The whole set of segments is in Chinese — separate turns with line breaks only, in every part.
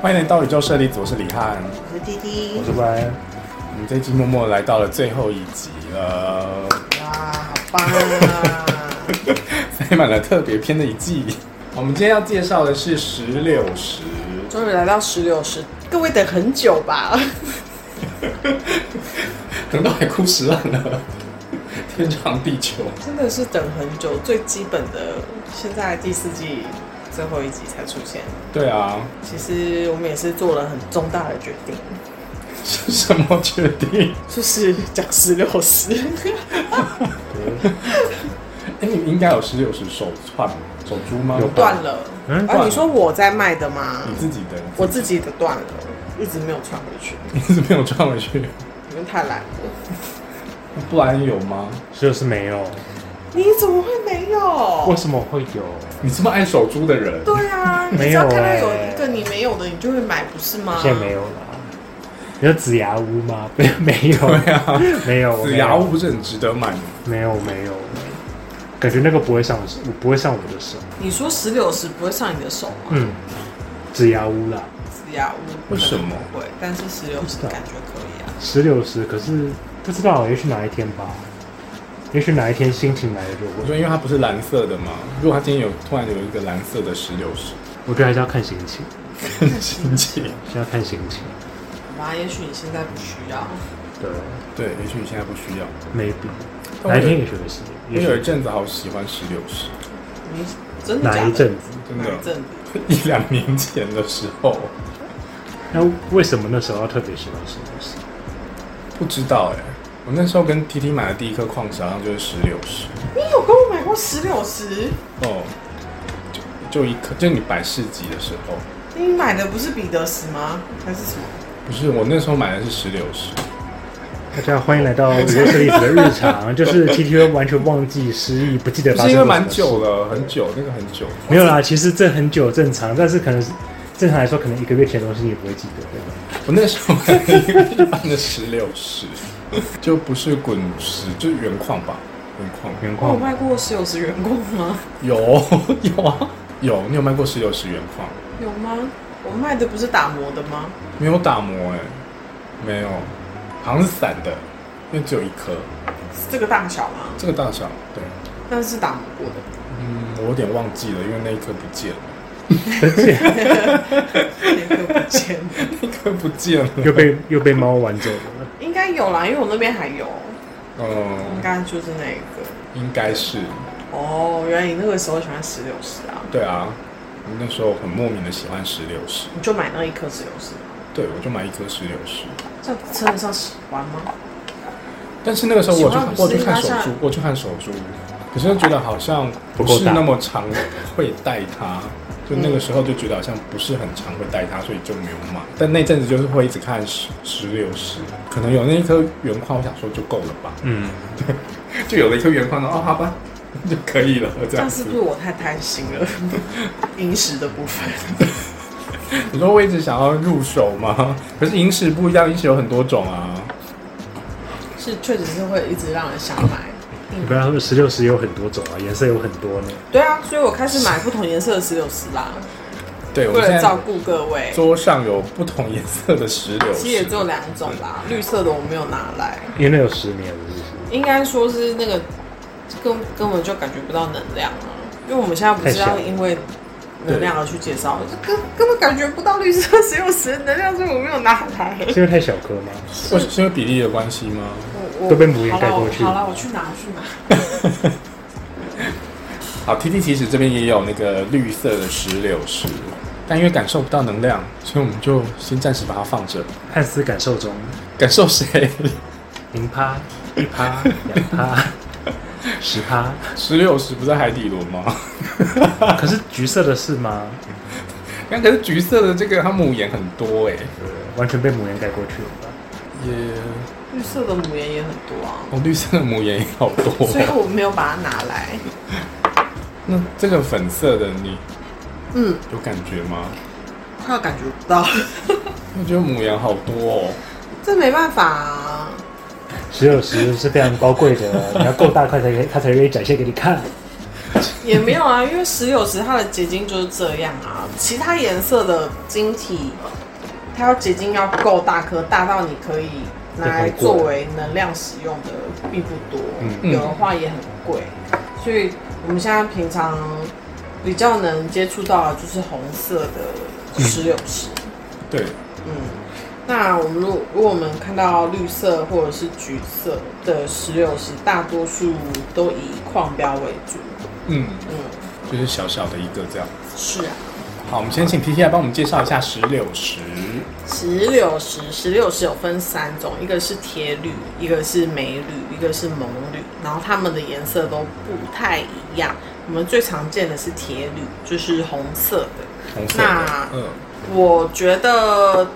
欢迎来到宇宙设立组，我是李翰，
我是滴滴
我，是乖。我们这一期默默来到了最后一集了，
哇，好棒啊！
塞满了特别篇的一季。我们今天要介绍的是石榴石，
终于来到石榴石，各位等很久吧？
等到海枯石烂了，天长地久。
真的是等很久，最基本的，现在第四季最后一集才出现。
对啊，
其实我们也是做了很重大的决定，
是什么决定？
就是讲石榴石。
哎、你们应该有石榴石手串吗手珠吗？
有
断了。
嗯
啊，你说我在卖的吗？
你自己的，
我自己的断了，一直没有穿回去，
一直没有串回去，
因为太懒了。
不然有吗？
就是没有。
你怎么会没有
为？什么会有？
你这么爱手珠的人，
对啊，你
没
只
有
要看到
欸
有一个你没有的，你就会买，不是吗？
现在没有了。有紫牙屋吗？ 没没有，
对啊，
没有
紫牙屋，不是很值得买吗？
没有没有。感觉那个不会上我，不会上我的手。
你说石榴石不会上你的手吗？啊
嗯，紫牙屋啦，
紫牙乌
为什么
不会？但是石榴石感觉可以啊。
石榴石，可是不知道，也许哪一天吧。也许哪一天心情来了就
我
会。
说，因为它不是蓝色的嘛，如果它今天有突然有一个蓝色的石榴石，
我觉得还是要看心情，
很新奇。
还是要看心情。
好吧，也许你现在不需要。
对
对，也许你现在不需要。
，maybe
但我
哪一
有
天也许会是，
我
也
有一
许
阵子好喜欢石榴石，
你真的假
哪
的？
一阵子。
真
哪一
的，
阵子？
一两年前的时候，
那为什么那时候要特别喜欢石榴石？
不知道哎、我那时候跟 T T 买的第一颗矿石，好像就是石榴石。
你有跟我买过石榴石？
哦，就就一颗，就你摆市集的时候，
你买的不是彼得石吗？还是什么？
不是我那时候买的是石榴石。
大家欢迎来到娱乐设计组的日常， 就是 T T 完全忘记失忆，不记得
不
发
是
生
因为
过什
蛮
么事
久了，很久，那个很久。
没有啦。其实这很久正常，但是可能是正常来说，可能一个月前的东西你也不会记得，对吧？
我那时候买了一个一般的石榴石，就不是滚石，就原矿吧，原矿。
原
我有
矿
卖过石榴石原矿吗？
有 有啊，有，你有卖过石榴石原矿？
有吗？我卖的不是打磨的吗？
没有打磨哎、没有，好像是散的，因为只有一颗，
是这个大小吗？
这个大小。对，
但是打磨过的。
嗯，我有点忘记了，因为那一颗不见了，
那个不见 了
那颗不见了。
又被又被猫玩走了。
应该有啦，因为我那边还有，应
嗯，
该就是那一个。
应该是，
哦，原来你那个时候喜欢石榴石啊，
对啊，我那时候很莫名的喜欢石榴石，
你就买那一颗石榴石，
对我就买一颗石榴石。
这样称得上喜欢吗？
但是那个时候我
喜欢
就
不
我
是
就看
因为
手
它
珠
像，
我就看手珠，可是觉得好像
不
不
够
是
大
那么常会戴它，就那个时候就觉得好像不是很常会戴它，所以就没有买。但那阵子就是会一直看石石榴石，可能有那一颗原矿，我想说就够了吧，
嗯，
就有了一颗原矿了，哦，好吧，就可以了，这
这
样
样
子
是。不是我太贪心了？ 饮食的部分，
你说我一直想要入手吗？可是银石不一样，银石有很多种啊。
是确实是会一直让人想买。
你不要说石榴石有很多种啊，颜色有很多呢。
对啊，所以我开始买不同颜色的石榴石啦，
对，我
为
们
了
现
照
在
顾各位。
桌上有不同颜色的石榴
其实也
石
只，有两种啦，绿色的我没有拿来，
因为那有十年了，是不
应该说是那个根根本就感觉不到能量啊，因为我们现在不是
太小
要
了
因为能量而去介绍，这根根本感觉不到绿色石榴石的能量，所以我没有拿来。
是？是因为太小颗吗？
为是因为比例的关系吗？
我我
都被母岩盖过去
好了，我去拿我去拿。
好，T T 其实这边也有那个绿色的石榴石，但因为感受不到能量，所以我们就先暂时把它放着，
汉斯感受中，
感受谁？
零趴、一趴、两趴、 十趴。
石榴石不是海底轮吗？
可是橘色的是吗？
但可是橘色的这个它母眼很多哎、
对，呃完全被母岩盖过去了吧。
也
绿色的母岩也很多啊，
哦，绿色的母眼也好多、
所以我没有把它拿来。
那这个粉色的你
嗯，
有感觉吗？
快要感觉不到，
我觉得母眼好多哦，
这没办法啊。
石榴石是非常高贵的，你要够大块才可以，它才愿意展现给你看。
也没有啊，因为石榴石它的结晶就是这样啊，其他颜色的晶体，它要结晶要够大颗，大到你可以拿来作为能量使用的并不多，
嗯
有的话也很贵，所以我们现在平常比较能接触到的就是红色的石榴石，
对，
嗯，那我们如如果我们看到绿色或者是橘色的石榴石，大多数都以矿标为主。
嗯，
嗯，
就是小小的一个这样。
是啊，
好，我们先请 T T 来帮我们介绍一下石榴石。
石榴石，石榴石有分三种，一个是铁铝，一个是镁铝，一个是锰铝，然后它们的颜色都不太一样。我们最常见的是铁铝，就是红色的。
红色的
那，
嗯，
我觉得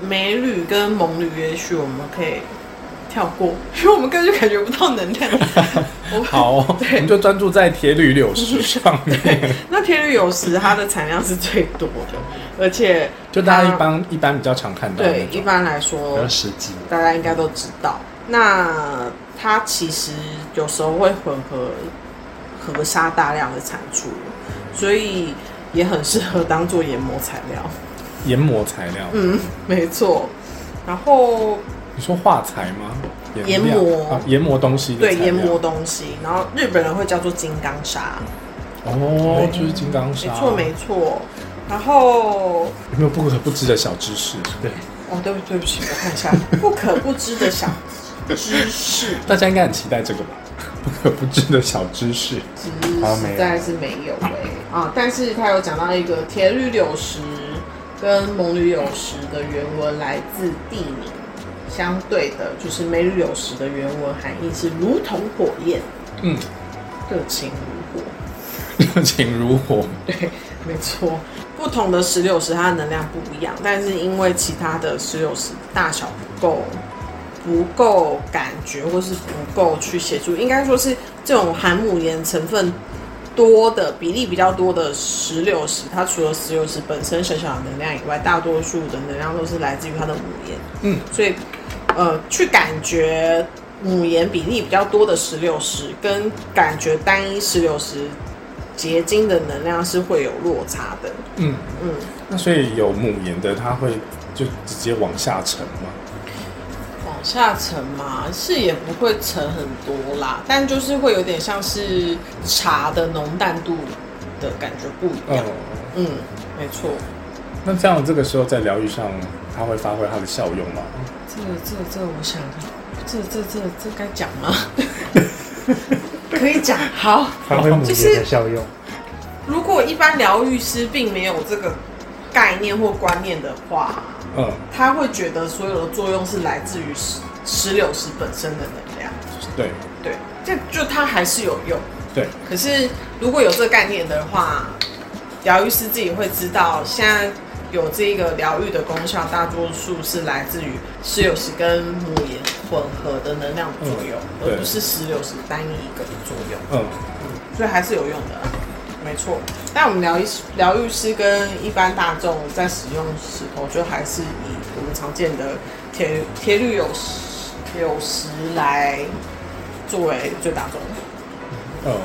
美女跟萌女，也许我们可以跳过， 因为我们根本就感觉不到能量。 我们
好哦，我们就专注在铁铝柳石上面。
那天绿有时它的产量是最多的，而且
就大家
它
一般一般比较常看到的那
对
种，
一般来
比
说
较，实际。
大家应该都知道。那它其实有时候会混合河沙大量的产出，所以也很适合当做研磨材料。
研磨材料。
嗯，没错。然后
你说画材吗？
研
料
磨
啊，研磨东西的
对
材料
研磨东西，然后日本人会叫做金刚砂，
哦，就是嗯金刚
没
砂，
错没错。然后
有没有不可不知的小知识？对，
哦，对不对不起，我看 一下不可不知的小知识，
大家应该很期待这个吧？ 不可不知的小知识，
知
好没有
实在是没有哎、啊！但是他有讲到一个铁铝柳石跟蒙铝柳石的原文来自地名，相对的就是美铝柳石的原文含义是如同火焰，
嗯，
热情如火。
热情如火，
对， 没错，不同的石榴石它的能量不一样，但是因为其他的石榴石大小不够，不够感觉或是不够去协助，应该说是这种含母盐成分多的比例比较多的石榴石，它除了石榴石本身小小的能量以外，大多数的能量都是来自于它的母盐。
嗯，
所以呃，去感觉母盐比例比较多的石榴石，跟感觉单一石榴石结晶的能量是会有落差的。
嗯，
嗯，
那所以有母岩的，它会就直接往下沉嘛？
往下沉嘛，是也不会沉很多啦，但就是会有点像是茶的浓淡度的感觉不一样。
哦，
嗯，没错。
那这样这个时候在疗愈上，它会发挥它的效用吗？
这个这个这个，我想想看，这这这这该讲吗？可以讲，好。
发挥母节的效用，
如果一般疗愈师并没有这个概念或观念的话，
嗯，
他会觉得所有的作用是来自于石石榴石本身的能量。
对
对，这就它还是有用。
对，
可是如果有这个概念的话，疗愈师自己会知道，现在有这个疗愈的功效，大多数是来自于石榴石跟母岩混合的能量作用，
嗯对
而不是石榴石单一一个的作用。
嗯，
所以还是有用的，没错。但我们疗愈师疗愈师跟一般大众在使用石头，就还是以我们常见的铁铁铝有石有石来作为最大众。
哦，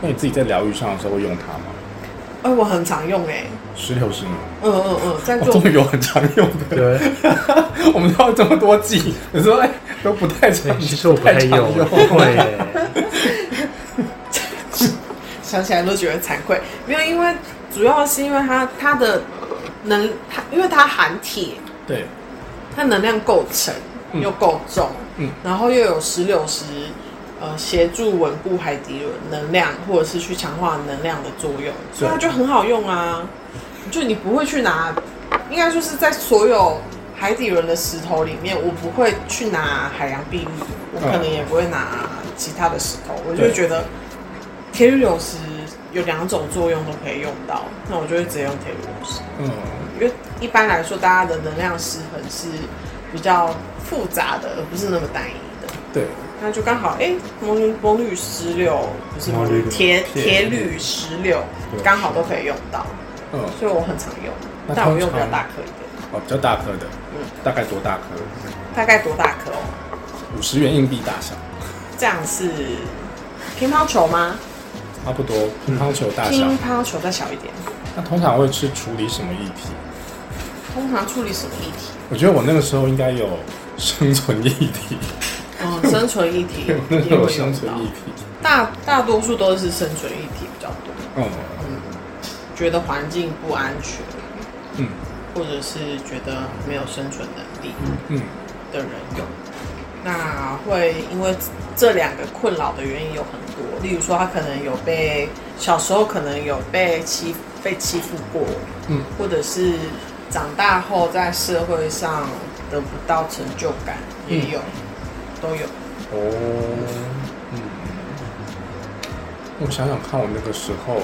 那你自己在疗愈上的时候会用它吗？
哎、我很常用哎、
石榴是吗？
嗯嗯嗯，在
我
做
哦终于有很常用的。
对，
我们要这么多季，你说哎都不太常
其实我不太
常
用，会耶，
想起来都觉得惭愧。没有，因为主要是因为它它的能，它因为它含铁，
对，
它能量够沉
嗯
又够重，
嗯
然后又有石榴石，呃，协助稳固海底轮能量，或者是去强化能量的作用，所以它就很好用啊。就你不会去拿，应该说是在所有海底轮的石头里面，我不会去拿海洋碧玉，我可能
嗯
也不会拿其他的石头，我就
对
会觉得铁铝有石有两种作用都可以用到，那我就会直接用铁铝有石。
嗯，
因为一般来说，大家的能量失衡是比较复杂的，而不是那么单一的。
对，
那就刚好，哎、蒙蒙蒙铝石榴不是蒙
蒙
铝
铝
铁
铁
铁铝石榴，
对
刚好都可以用到，
嗯，
所以我很常用
那，
但我用
通
比
常
较大颗一点，
哦，比较大颗的，
嗯
大概多大颗？
大概多大颗哦？
五十元硬币大小。
这样是乒乓球吗？
差不多乒乓球大小。
乒乓球再小一点。
那通常会是处理什么议题？
通常处理什么议题？
我觉得我那个时候应该有生存议 题，
嗯，生存 议题
那
也
时候有
会
生
用
存
到
议，题。
大大多数都是生存议题比较多，
嗯
觉得环境不安全，
嗯
或者是觉得没有生存能力
嗯，
的人有。那会因为这两个困扰的原因有很多，例如说他可能有被小时候可能有被欺被欺负过，
嗯，
或者是长大后在社会上得不到成就感，也有，都有。
哦，嗯，我想想看，我那个时候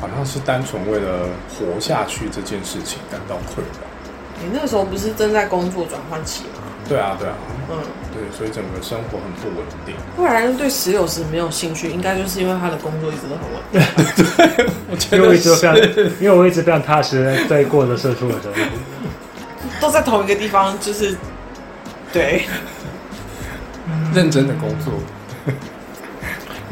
好像是单纯为了活下去这件事情感到困扰。
你那个时候不是正在工作转换期吗？
对啊，对啊，
嗯，
对，所以整个生活很不稳定。
不然对石榴石没有兴趣，应该就是因为他的工作一直都很稳定。
我觉
因为我
得
一直
是
都非常，因为我一直非常踏实地在过我的社畜的生活。
都在同一个地方，就是对，
认真的工作。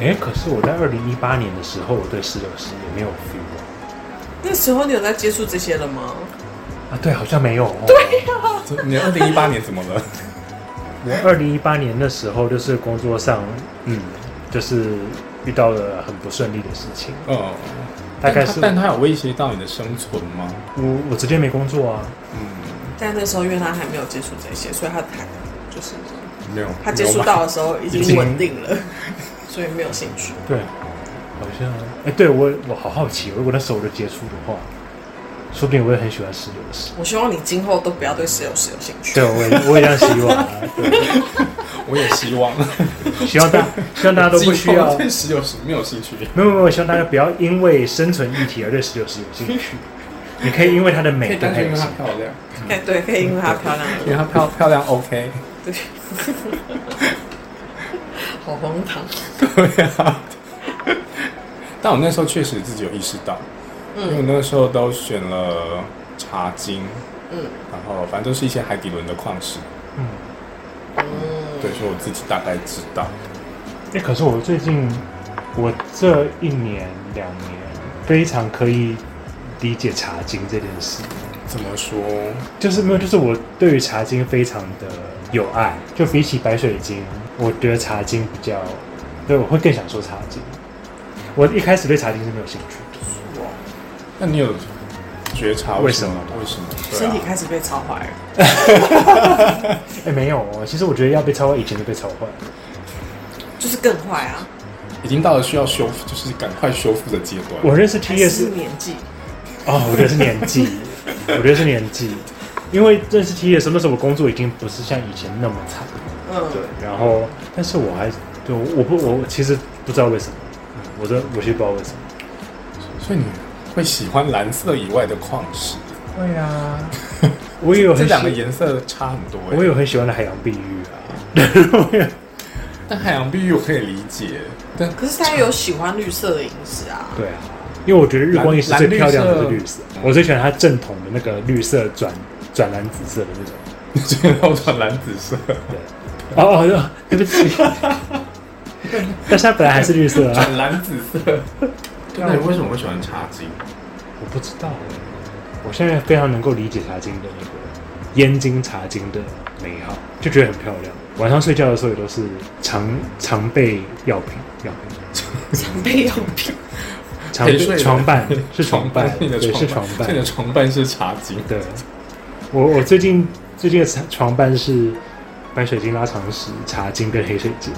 哎、可是我在二零一八年的时候，我对十六十也没有 feel
那时候你有在接触这些了吗？
啊啊，对，好像没有、哦。对，
这你二零一八年怎么 了？
我二零一八年的时候就是工作上，嗯，就是遇到了很不顺利的事情，
嗯，
大概
但它
是
但它有威胁到你的生存吗？
我我直接没工作啊，
嗯，
但那时候因为他还没有接触这些，所以他还就是
没有。
他接触
没有吧
到的时候已经稳定了， 所以没有兴趣。
对，好像哎、对我我好好奇哦，如果那时候我就接触的话，说不定我也很喜欢十六十。
我希望你今后都不要对石榴石有兴趣。
对，我也我也这样希望、啊，对，
我也希望
希望大希望大家都不
，
需要
对十有十没有兴趣。
没有没有，希望大家不要因为生存议题而对石榴石有兴 趣。你可以因为它的美对它有兴趣。
漂亮，
哎，对，可以因为她漂亮
因为她漂漂亮 OK。
对，好荒唐。
对啊， 但我那时候确实自己有意识到，因为我
嗯
那时候都选了茶晶，
嗯
然后反正都是一些海底轮的矿石，
嗯，
嗯，
对，所以我自己大概知道。
哎、可是我最近我这一年两年非常可以理解茶经这件事，
怎么说？
就是没有，就是我对于茶经非常的有爱。就比起白水晶，我觉得茶经比较，对，我会更想说茶经。我一开始对茶经是没有兴趣的，
那你有觉察
为什么
么？为什么？对
身
啊
体开始被超坏了。
哎、没有哦。其实我觉得要被超坏，以前就被超坏了。
就是更坏啊！
已经到了需要修复，就是赶快修复的阶段。
我认识
还
T
是
S
年纪，
哦，我觉得是年纪， 我觉得是年纪，因为认识 T 的时候，那时候我工作已经不是像以前那么惨，
嗯，
对，然后但是我还就我不我我其实不知道为什么，嗯我真的我其实不知道为什么。
所以你会喜欢蓝色以外的矿石？
对啊，我也有
这
很
两个
喜，
颜色差很多、欸。
我有很喜欢的海洋碧玉啊，
但海洋碧玉我可以理解，但
可是他有喜欢绿色的饮食啊，
对啊，因为我觉得日光浴是
蓝
最
蓝绿
漂亮的
色
是绿色，我最喜欢它正统的那个绿色转转蓝紫色的那种。
最后转蓝紫色，
对，哦哦 哦，对不起， 但是它本来还是绿色啊。
转蓝紫色。
对啊那你为
什么会喜欢茶金？
我不知道哎，我现在非常能够理解茶经的那个燕京茶经的美好，就觉得很漂亮。晚上睡觉的时候也都是常常备药品，药品
常备用品。
常备
陪睡的
床伴是床
床
伴
伴，，你的
对是
床
床
伴，
伴
所以你。的床伴是茶金。
对，我我最近最近的床伴是白水晶拉长石、茶晶跟黑水晶。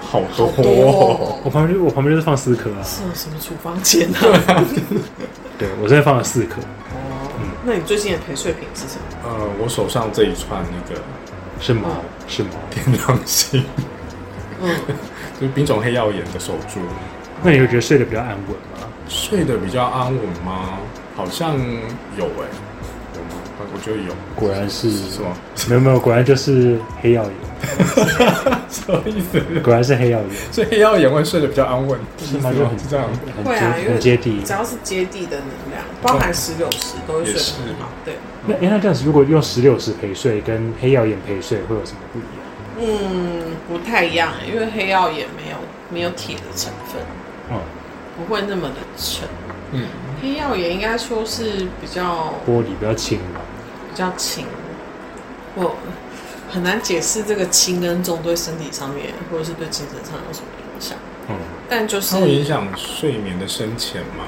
好 多哦
好
哦
多
我旁边就我旁边就是放四颗啊，
是有什么处方笺啊？
对我现在放了四颗，
哦，那你最近的陪睡品是什么？
呃，我手上这一串那个
是毛
哦
是毛。
天狼星，
嗯，
就是冰种黑耀眼的手珠，
那你会觉得睡得比较安稳吗？
睡得比较安稳吗？好像有哎、有吗？呃我觉得有，
果然是
是吗？
没有没有，果然就是黑曜岩，
什么意思？
果然是黑曜岩，
所以黑耀眼会睡得比较安稳，
是吗？
意
就
思
很
是这样。
很
会
接、
啊因为
很接地
只。要是接地的能量，包含石榴石都会睡得很好。对，
那诶那这样子，如果用石榴石陪睡跟黑曜岩陪睡会有什么不一样？
嗯，不太一样，因为黑曜也没有没有铁的成分，
哦、
不会那么的沉。
嗯，
黑曜也应该说是比较
玻璃比较轻嘛，
比较轻，我很难解释这个轻跟重对身体上面或者是对精神上有什么影响，
嗯，
但就是
它会影响睡眠的深浅吗？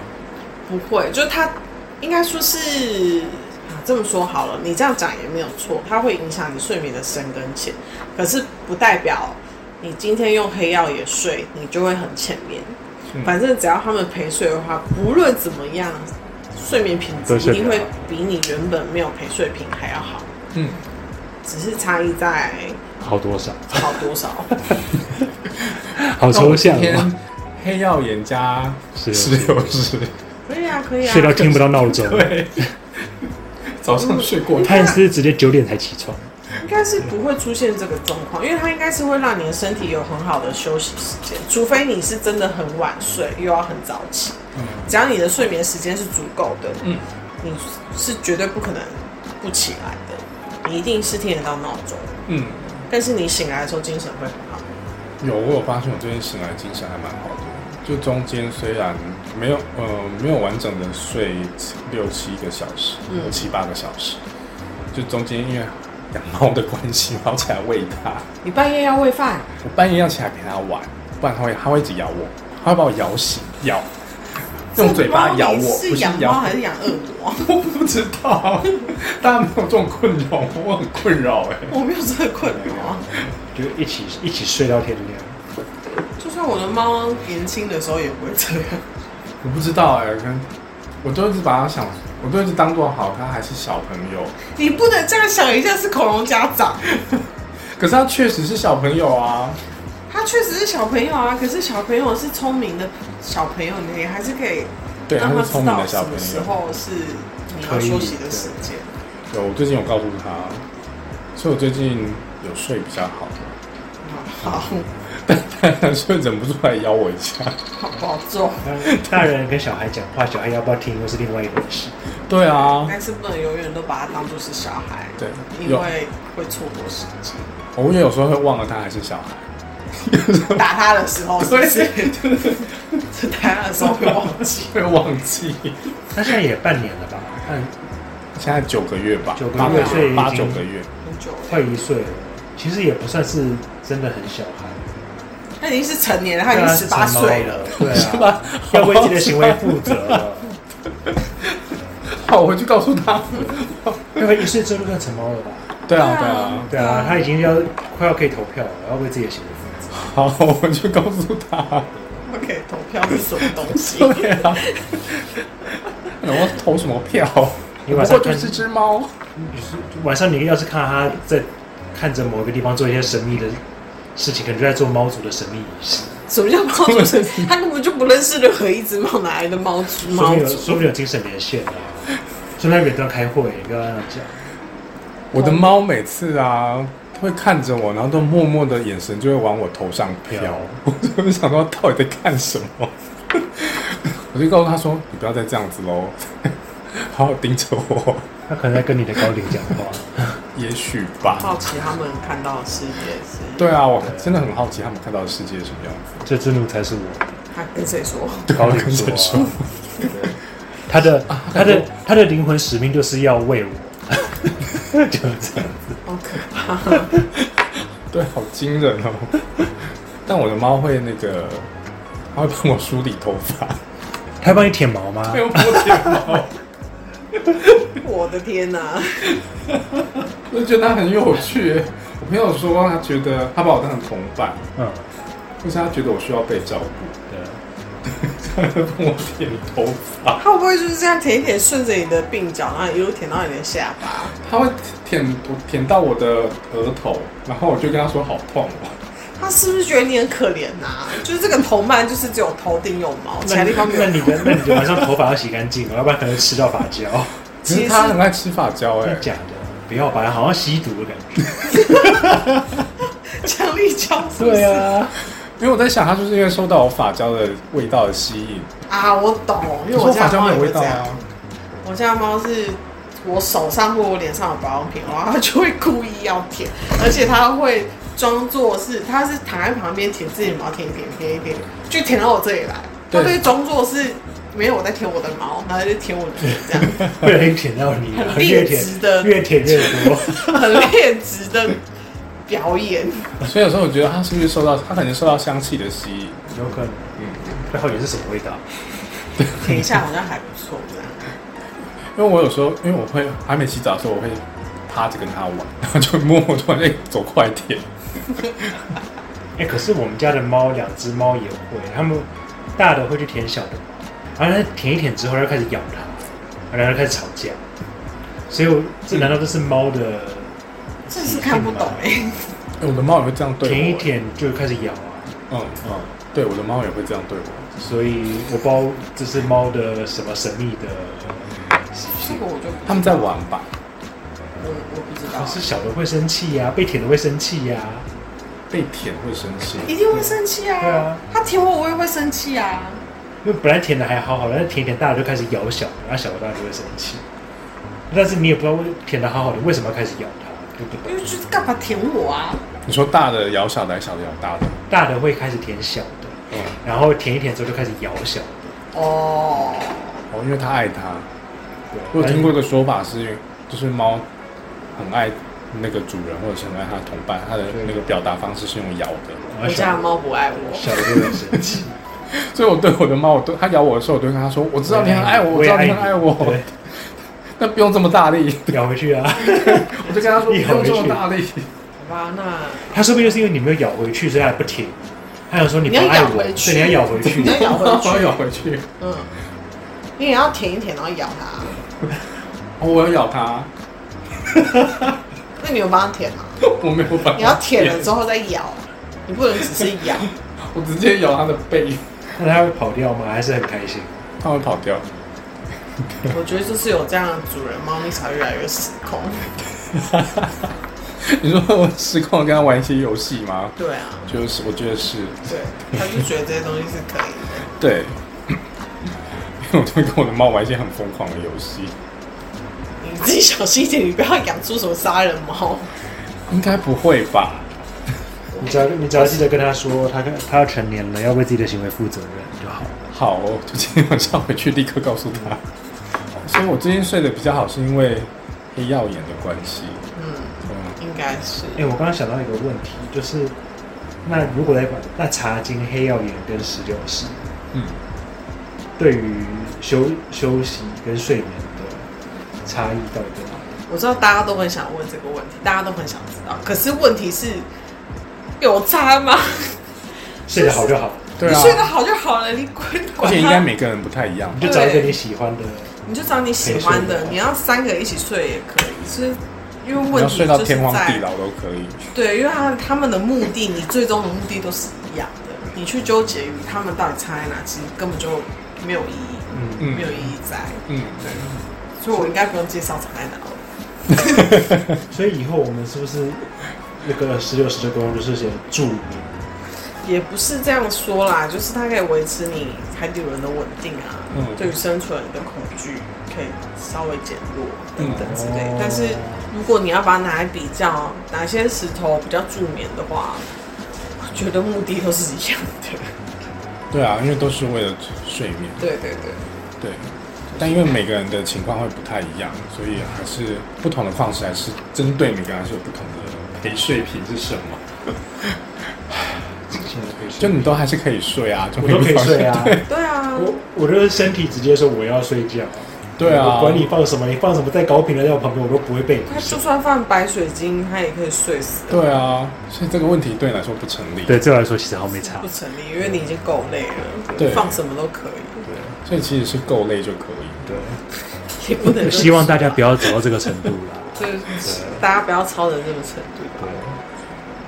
不会，就是它应该说是啊，这么说好了，你这样讲也没有错，它会影响你睡眠的深跟浅，可是不代表你今天用黑曜也睡，你就会很浅眠。
嗯
反正只要他们陪睡的话，不论怎么样，睡眠品质
都是
一定
比较
会
好
比你原本没有陪睡品还要好，
嗯，
只是差异在
好多少，
好多 少。
好抽象
那我今
哦
啊，
天黑曜岩加
是
石榴石，
可以啊，可以啊。
睡到听不到闹钟，
对，早上睡过头，
汉斯直接九点才起床，
应该是不会出现这个状况，因为它应该是会让你的身体有很好的休息时间，除非你是真的很晚睡又要很早起。
嗯
只要你的睡眠时间是足够的，
嗯，
你是绝对不可能不起来的，你一定是听得到闹钟，
嗯，
但是你醒来的时候精神会很好。
有我有发现，我最近醒来精神还蛮好的。就中间虽然没有呃没有完整的睡六七个小时，
嗯
七八个小时，就中间因为养猫的关系，然后起来喂它。
你半夜要喂饭，
我半夜要起来陪它玩，不然它会它会一直咬我，它会把我咬醒，咬用嘴巴咬我，
这猫你
不
是
是
养猫
咬
还。是养恶魔？
我不知道， 大家没有这种困扰吗，我很困扰哎、
我没有这个困扰啊。
就一起一起睡到天亮，
就算我的猫年轻的时候也不会这样。
我不知道哎、可能我都一直把它想，我都一直当做好，它还是小朋友。
你不能这样想，一下是恐龙家长。
可是他确实是小朋友啊，
他确实是小朋友啊，可是小朋友是聪明的小朋友，你还是可以
对，他
让他
是聪
知
明的
道
小
什
朋
么时
友。
候是你要休息的时间。
对，我最近有告诉他，所以我最近有睡比较好，
好，
但所以忍不住来咬我一下。
好保重，
那大人跟小孩讲话，小孩要不要听又是另外一回事，
对啊，
但是不能永远都把它当做是小孩，
对，
因
有
为会错过时机。
我也有时候会忘了他还是小孩。
打他的时候，是不是？是打他的时候会忘记。
会忘记，
他现在也半年了吧，半
现在九个月吧，
九个
八
月所以已经
八九个月，
很久
快
了，
一岁了，其实也不算是真的很小孩。啊
他已经是成年了，他已经十八岁 了。，
对
是
啊，
吧？
要为自己的行为负责了。
好，我去告诉他。
要啊不然一岁之后就变成猫了吧？
对啊，
对
对
啊
啊，
对啊，他已经要快要可以投票了，要为自己的行为负责。
好，我去告诉他。
OK，投票是什么东西？
对啊，我投什么票？
你
不
晚
过
上
就
看
是只猫。
晚上你要是看到他在看着某个地方做一些神秘的事情，可能就在做猫族的神秘仪式，
什么叫猫主神？他根本就不认识任何一只猫，哪来的猫主
说
猫
不定有
主？
说不定有精神连线啊，说不定远端开会，你不要这样讲。
我的猫每次啊，会看着我，然后都默默的眼神就会往我头上飘
飘，
我就会想说到底在干什么。 我就告诉他说：“你不要再这样子喽， 好好盯着我。
他可能在跟你的高龄讲 话，”
也许
好
吧。
奇他们看到的世界是，
对啊，我真的很好奇他们看到的世界是什么样子。
这只奴才是我
他跟谁说？
高龄
跟谁
说
说
啊。？他的啊他的他的灵魂使命就是要为我，就是这样。
好可怕！
对，好惊人 哦。但我的猫会那个，它会帮我梳理头发，
他帮你舔毛吗
没？有拨天毛，
我的天哪、
我就觉得它很有趣。我朋友说他觉得他把我当成同伴，
嗯，
就是他觉得我需要被照顾，
对，
他会帮我舔头发，
他会不会就是这样舔一舔，顺着你的鬓角，然后一路舔到你的下巴？
他会舔舔到我的额头，然后我就跟他说好痛哦。
他是不是觉得你很可怜呐、就是这个同伴，就是只有头顶有毛，其
那
他地
你
方没
那
有。
你的那你的晚上头发要洗干净哦，要不然可能吃到发胶。
其实他很爱吃发胶哎、
真的假的？不要吧，好像吸毒的感 觉。
强力胶是不是？
啊，
因为我在想他就是因为受到我发胶的味道的吸引，
啊，我懂，因为
可是我
我家
发
的
胶
猫
没
也
有
会
味道
这
啊
样。。我家的猫是我手上或我脸上有保养品，然后它就会故意要舔，而且它会装作是它是躺在旁边舔自己的毛，舔一舔舔一舔，就舔到我这里来。他对中作是没有我在舔我的毛，然后就舔我的这样，
不小心舔到你了，
很
越
劣
舔
质的
越舔越 多。
很劣质的表演。
啊所以有时候我觉得他是不是受到他可能受到香气的吸引？
有可能，嗯，那到底是什么味道？
舔一下好像还不错这样。
因为我有时候因为我会还没洗澡的时候，我会趴着跟他玩，然后就默默突然间走快一点。
哎、可是我们家的猫，两只猫也会，它们大的会去舔小的猫，然后它舔一舔之后，它就开始咬它，然后它就开始吵架。所以我，这难道这是猫的
这是看不懂哎、
哎我的猫也会这样对我，
舔一舔就开始咬啊？
嗯嗯，对，我的猫也会这样对我。
所以我不知道这是猫的什么神秘的习
这
性
个。我就不
他们在玩吧？
我我不知 道
可，是小的会生气呀、被舔的会生气呀、
被舔会生气，
一定会生气啊！
对啊
他舔我，我也会生气啊！
因为本来舔的还好好的，但是舔一舔大的就开始咬小的，然后小的当然就会生气。但是你也不知道为舔的好好的为什么要开始咬它，对不
因为
对？
就是干嘛舔我啊？
你说大的咬小的，还是小的咬大的？
大的会开始舔小的，
嗯，
然后舔一舔之后就开始咬小的。
哦，
哦，因为它爱它。
对
我有听过一个说法是，就是猫很爱那个主人，或者是很爱它的同伴，它的那个表达方式是用咬的。
但
我
是
家
小
的
的
猫不爱我，
小的就很生气。
所以我对我的猫，我对它咬我的时候，我就会跟它说：“我知道你很爱我，我
也
知道你
你
很爱我，
对，
但不用这么大力。
咬回去啊！”
我就跟它说：“不
一口
用
回去
这么大力。
好吧？那
他是不是就是因为你没有咬回去，所以他不舔？他想说你不
你要
爱
咬
我，
回去
所以你要咬回”去
你。要咬回 去
我要咬回去。
嗯，你也要舔一舔，然后咬它。
哦，我要咬它，
那你有帮它舔 吗？
我没有办法。
你要舔了之后再咬，你不能只是 咬。
我直接咬它的背，
那他会跑掉吗？还是很开心？
它会跑掉。
我觉得就是有这样的主人，猫咪才会越来越失控。
你说我失控地跟它玩一些游戏吗？
对啊，
就是，我觉得是。
对，它就觉得这些东西是可以的。
对，因为我就会跟我的猫玩一些很疯狂的游戏，
你自己小心一点，你不要养出什么杀人猫。
应该不会吧？
你只要你只要记得跟他说，他跟他要成年了，要为自己的行为负责任就好了。
好、哦，就今天晚上回去立刻告诉他。所以我最近睡得比较好，是因为黑曜眼的关系。
嗯，
嗯，
应该是。
哎、我刚刚想到一个问题，就是那如果来把那茶经、黑曜岩跟石榴石，
嗯，
对于休休息跟睡眠的差异到底在哪里？
我知道大家都很想问这个问题，大家都很想知道。可是问题是，有差吗？
睡得好就好，
对
你
啊，
睡得好就好了，你管
而
管
且应该
他，
每个人不太一样。
你就找一个你喜欢的。
你就找你喜欢
没
的
睡，
你要三个一起睡也可以，是因为
你
问
要
题
睡
就
到
是
天荒地
在
老都可以。
对，因为他他们的目的，你最终的目的都是一样的，你去纠结于他们到底差在哪，其实根本就没有意义，
嗯，
嗯
没有意义在，
嗯，
所以我应该不用介绍差在哪了。
所以以后我们是不是那个十六十的功就是写助眠？
也不是这样说啦，就是它可以维持你海底轮的稳定啊，
嗯
对于生存的恐惧可以稍微减弱等等之类。
哦
但是如果你要把它拿来比较，哪些石头比较助眠的话，我觉得目的都是一样的。
对啊，因为都是为了睡眠。
对对对，
对，但因为每个人的情况会不太一样，所以还是不同的矿石还是针对每个人还是有不同的陪睡品是什么。
现在可以睡
就你都还是可以睡 啊，就
我都可以睡啊。
对啊，
我我就是身体直接说我要睡觉。
对啊，
我管你放什么，你放什么在高频的在我旁边，我都不会被你
它
射
就算放白水晶，它也可以睡死，
对啊，所以这个问题对你来说不成立。
对，对我来说其实好没差
不。成立，因为你已经够累了，
对
放什么都可以，
对，所以其实是够累就可以。
对，
也不能。
希望大家不要走到这个程度 啦。
就是大家不要超人这个程度，
对。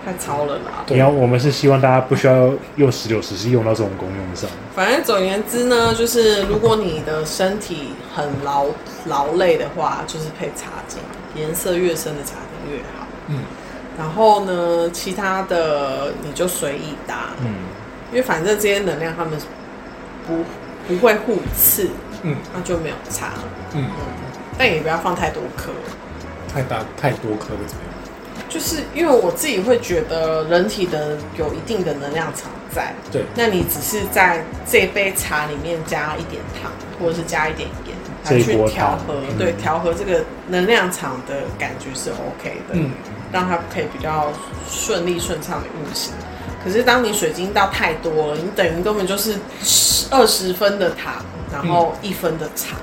太超了啦。
对
你要，啊我们是希望大家不需要用十九十是用到这种功用上。
反正总而言之呢，就是如果你的身体很劳劳累的话，就是配茶巾，颜色越深的茶巾越好。
嗯
然后呢，其他的你就随意搭，
嗯，
因为反正这些能量他们不不会互斥，
嗯
那就没有差。
嗯，
但也不要放太多颗，
太大太多颗了怎么样？
就是因为我自己会觉得人体的有一定的能量场在，
对，
那你只是在这杯茶里面加一点糖，或者是加一点盐，
这
来
一
去
锅
调
汤
和，
嗯
对，调和这个能量场的感觉是 OK 的，
嗯，
让它可以比较顺利顺畅的运行。可是当你水晶到太多了，你等于根本就是二十分的糖，然后
嗯
一分的茶，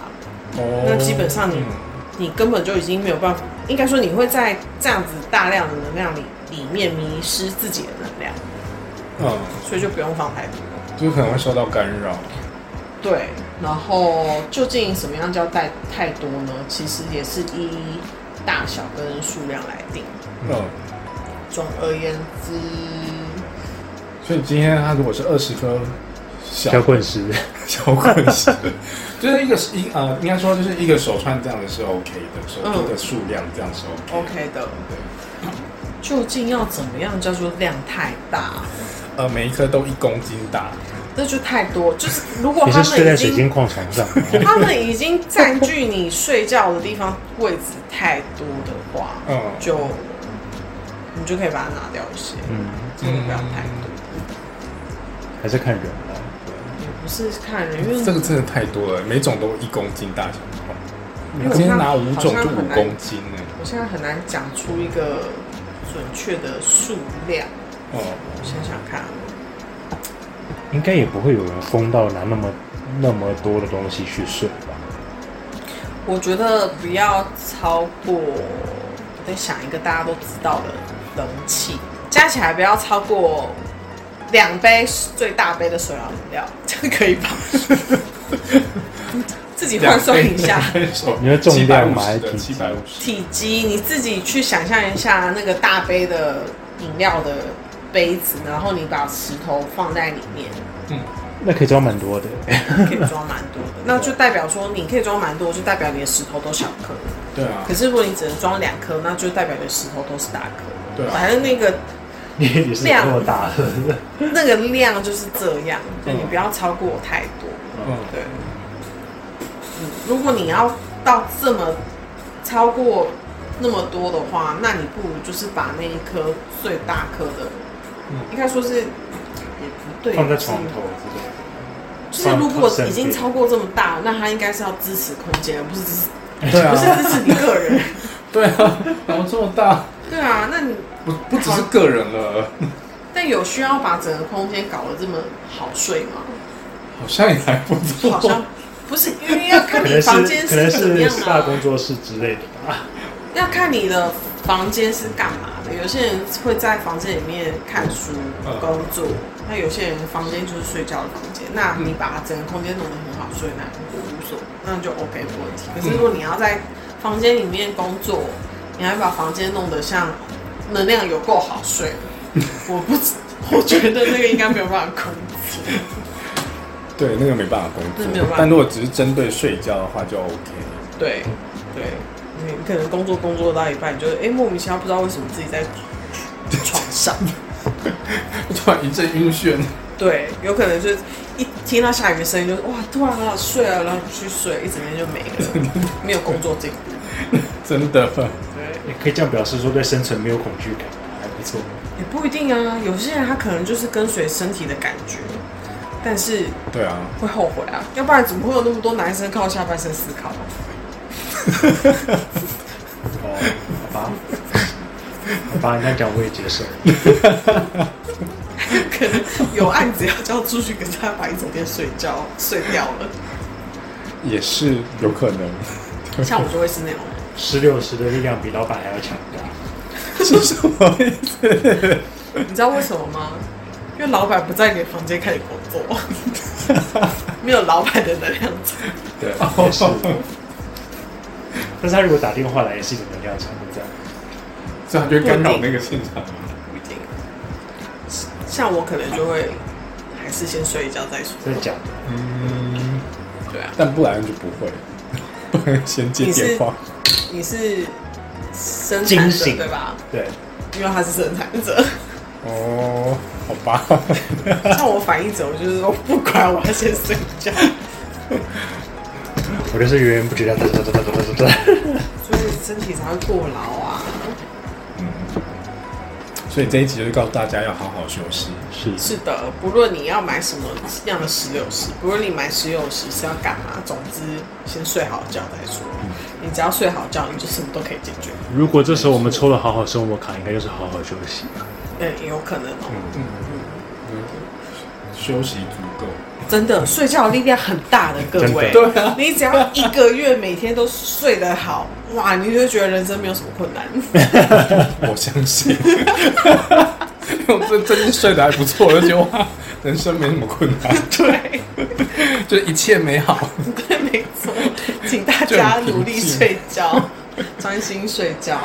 哦
那基本上你
嗯
你根本就已经没有办法，应该说你会在这样子大量的能量里里面迷失自己的能量，
嗯，
所以就不用放太多。
就是可能会受到干扰，
对，然后究竟什么样叫带太多呢？其实也是依大小跟数量来定。
嗯，
总而言之，
所以今天它如果是二十颗小
小滚石，
小滚石， 就是一个一呃，应该说就是一个手串这样的是 OK 的，手
嗯
一个数量这样是 OK 的。
OK 的。究竟要怎么样叫做量太大？
呃，每一颗都一公斤大，
这就太多，就是如果
你
他
是睡
们
在
已
水
经
晶矿床上，
他们已经占据你睡觉的地方位置太多的话，
嗯，
就你就可以把它拿掉一些，
嗯，
真的不要太多，
还是看人啊吧。
也不是看人，因为
这个真的太多了，每种都一公斤大小的话，
因
你
为我
今天
看
拿五种就
好像
五
很难
公斤呢、
我现在很难讲出一个准确的数量。
哦、
我想想看，啊
应该也不会有人疯到拿那么那么多的东西去睡吧？
我觉得不要超过，我在想一个大家都知道的容器，加起来不要超过两杯最大杯的手摇饮料，这样可以 吧？自己换算一下。
你会重量吗
买
还是体积
七百五十，
体积，你自己去想象一下那个大杯的饮料的杯子，然后你把石头放在里面，
那可以装蛮多的，
可以装蛮多 的。那就代表说你可以装蛮多，就代表你的石头都小颗。
对啊
可，是如果你只能装两颗，那就代表你的石头都是大颗。
对啊，
反正那个
你也是
量
这么大的，
那个量就是这样，就
嗯
你不要超过太多。
嗯，
对，嗯，如果你要到这么超过那么多的话，那你不如就是把那一颗最大颗的，
嗯
应该说是也不对，
放在床头之类的。
就是如果已经超过这么大，那它应该是要支持空间，而不是支持，
对
不是
啊，
支持你个人。
对啊，怎么这么大？
对啊，那你
不不只是个人了，
但有需要把整个空间搞得这么好睡吗？
好像也还不
好
错
像。不是，因为要看
可
你
能
房间
啊是可能
怎么
是
样啊
SPA。工作室之类的吧。
要看你的房间是干嘛的。有些人会在房间里面看书、
嗯
工作，那有些人房间就是睡觉的房间。那你把它整个空间弄得很好睡，那无所谓，那就 OK 没问题。可是如果你要在房间里面工作，你还把房间弄得像能量有够好睡，我不知，我觉得那个应该没有办法控制。
对，那个没办法工
那没有办
作
法，
但如果只是针对睡觉的话，就 OK。
对，对，你可能工作工作到一半，你就哎、诶莫名其妙不知道为什么自己在床上。
突然一阵晕眩，
对，有可能就是一听到下雨的声音，就是哇，突然很好睡啊，然后去睡，一整天就没了，没有工作进步。
真的。
对，
也可以这样表示说对生存没有恐惧感，还不错。
也不一定啊，有些人他可能就是跟随身体的感觉，但是
对啊，
会后悔啊，要不然怎么会有那么多男生靠下半身思考？
哦，好吧，好吧，你这样讲我也接受。
可能有案子要交出去，可是他把一整天睡觉 睡掉了。
也是有可能。
像我就会是那种人，
十六十的力量比老板还要强大，
是什么意思？
你知道为什么吗？因为老板不在你的房间看你工作，
哦
没有老板的能量场。
对，
也是。但是他如果打电话来，也是一种能量场，这样。
这样就会干扰那个现场。
不一定。像我可能就会还是先睡一觉再说。
真的假的？
嗯，
对啊，
但不然就不会，不然 先接电话。
你是生产
惊
者
醒
对吧？
对，
因为他是生产 者，
哦，好 吧，
像我反应者，我就是说不管，我要先睡觉。
我就是源源不绝的哒哒哒哒哒哒哒哒。
所以身体才会过劳啊。
嗯，所以这一集就是告诉大家要好好休息。
是
是的，不论你要买什么样的石榴石，不论你买石榴石是要干嘛，总之先睡好觉再说。
嗯
你只要睡好觉，你就什么都可以解决。
如果这时候我们抽了好好生活卡，应该就是好好休息。
嗯，也有可能哦。
休息足够，
真的，睡觉的力量很大的，各
真
位。
的
对啊，
你只要一个月每天都睡得好，哇，你就会觉得人生没有什么困难。
我相信。我最最近睡得还不错，而且哇，人生没什么困难，
对，
就是一切美好。
对，没错，请大家努力睡觉， 专心睡觉。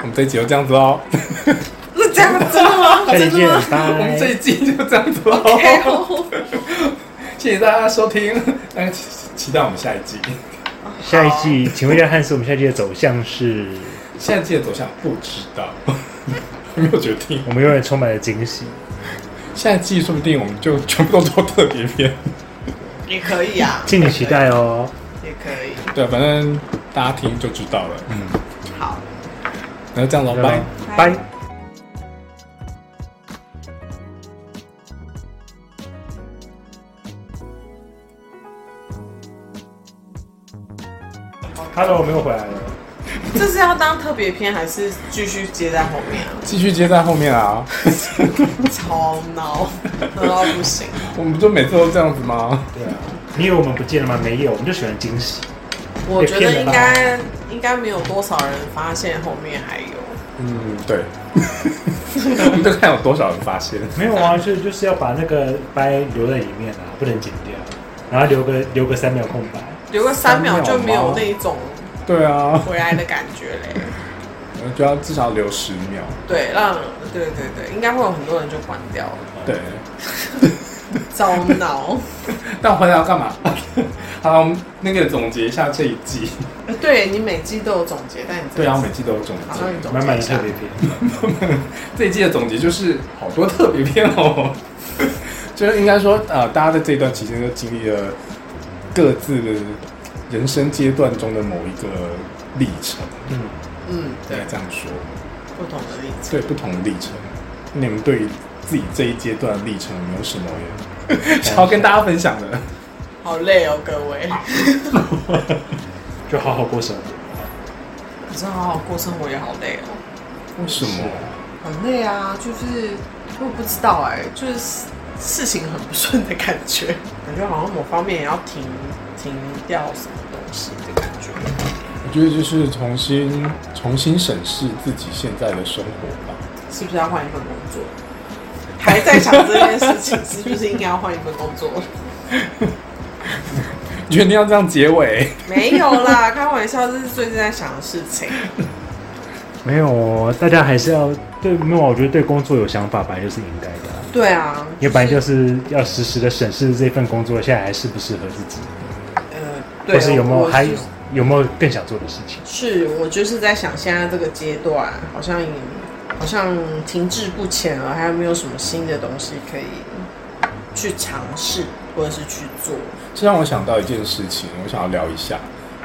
我们这一集就这样子喽，
是这样子 吗？
下期
真
见
的 吗，
我们这
拜
一。集就这样子喽。
？OK，哦
谢谢大家收听，那期期待我们下一季。
下一季，请问一下汉斯，我们下一季的走向是？
下一季的走向不知道， 还没有决定。
我们永远充满了惊喜。
下一季说不定我们就全部都做特别篇。
也可以啊，
敬请期待哦。
也可以。
对，反正大家听就知道了。嗯，
好，
那就这样喽，拜。
拜拜。Hello，我们又回来了。
这是要当特别篇还是继续接在后面啊？
继续接在后面啊！
超闹，闹到不行。
我们不就每次都这样子吗？
对啊，你以为我们不见了吗？没有，我们就喜欢惊喜。
我觉得
被骗
应
了吧
该应该没有多少人发现后面还有。
嗯，对。我 们就看有多少人发现。
没有啊，就就是要把那个掰留在里面啊，不能剪掉，然后留个留个三秒空白。
留个三秒
三秒
就没有
吗
那一种
对啊，
回来的感觉嘞。
我就要至少留十秒。
对，让对对对，应该会有很多人就关掉了，
对，
糟恼。
但我回来要干嘛？ 好，我们那个总结一下这一季。
呃 对你每季都有总结，但你这
对啊，我
一
每
季
季都有总
好
结。
那你总
满
结
满
一
的特
下
别。篇，
这一季的总结就是好多特别篇哦， 就是应该说，呃，大家在这一段期间都经历了各自的人生阶段中的某一个历程，
嗯，
嗯，
应
对
该，这样说，
不同的例子。
对不同的历程，你们对于自己这一阶段的历程有没有什么 想要跟大家分享的？
好累哦，各 位。
就好好过生活。
可是好好过生活也好累哦。
为什么？
很累啊，就是我也不知道哎、就是事事情很不顺的感觉，感觉好像某方面也要停停掉什么东西的感觉。
我觉得就是重新重新审视自己现在的生活吧。
是不是要换一份工作？还在想这件事情，是不是应该要换一份工作？
你决定要这样结尾？
没有啦， 开玩笑，这是最近在想的事情。
没有哦，大家还是要对没有，啊我觉得对工作有想法本来就是应该的啊、
对啊，
也本来就是要时时的审视这份工作现在还适不适合自己，
呃，对，
或是有没有
我
还
是
有没有更想做的事情。
是我就是在想，现在这个阶段好像也好像停滞不前了，还有没有什么新的东西可以去尝试或者是去做？
这让我想到一件事情，我想要聊一下，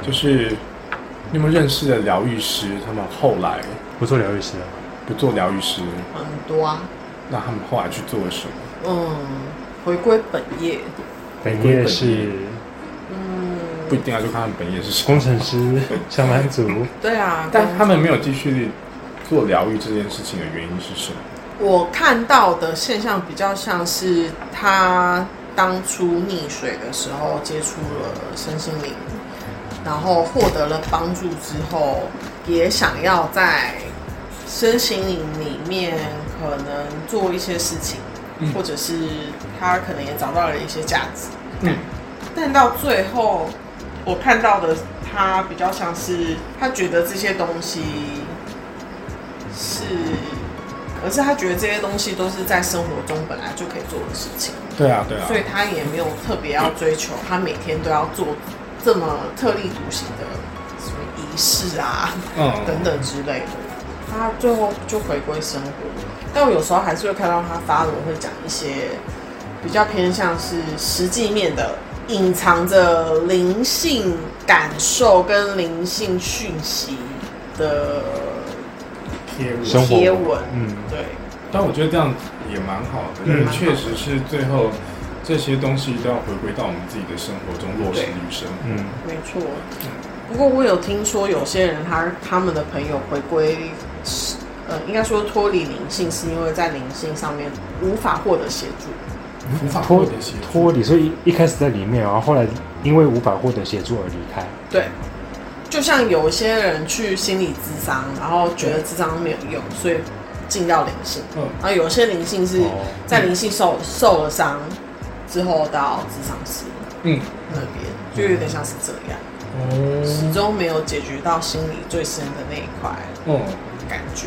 就是你有没有认识的疗愈师？他们后来
不做疗愈师啊，
不做疗愈师，
很多啊，
那他们后来去做了什么？
嗯，回归本业，
本业是
嗯
不一定要去看他们本业是什么，
工程师、上班族，
对啊，
但他
们
们没有继续做疗愈这件事情的原因是什么？
我看到的现象比较像是他当初溺水的时候接触了身心灵，然后获得了帮助之后，也想要在身心灵里面可能做一些事情，
嗯
或者是他可能也找到了一些价值，
嗯，
但到最后，我看到的他比较像是他觉得这些东西是，而是他觉得这些东西都是在生活中本来就可以做的事情，
对啊，对啊
所，以他也没有特别要追求他每天都要做这么特立独行的什么仪式啊等
嗯，
等之类的。他最后就回归生活，但我有时候还是会看到他发文会讲一些比较偏向是实际面的，隐藏着灵性感受跟灵性讯息的
贴
生活
贴文。
嗯，
对，
但我觉得这样也蛮好的，因为确实是最后这些东西都要回归到我们自己的生活中落实于生活。
嗯，
没错。不过我有听说有些人他他们的朋友回归，呃，应该说脱离灵性，是因为在灵性上面无法获得协助。
无法
嗯脱
脱离协助
脱离，所以一开始在里面，然后后来因为无法获得协助而离开。
对，就像有一些人去心理咨商，然后觉得咨商没有用，所以进到灵性。
嗯，
然后有些灵性是
哦
在灵性受受了伤之后到咨商师
嗯，
那边，就有点像是这样，始
哦，
终没有解决到心里最深的那一块
嗯，
感觉，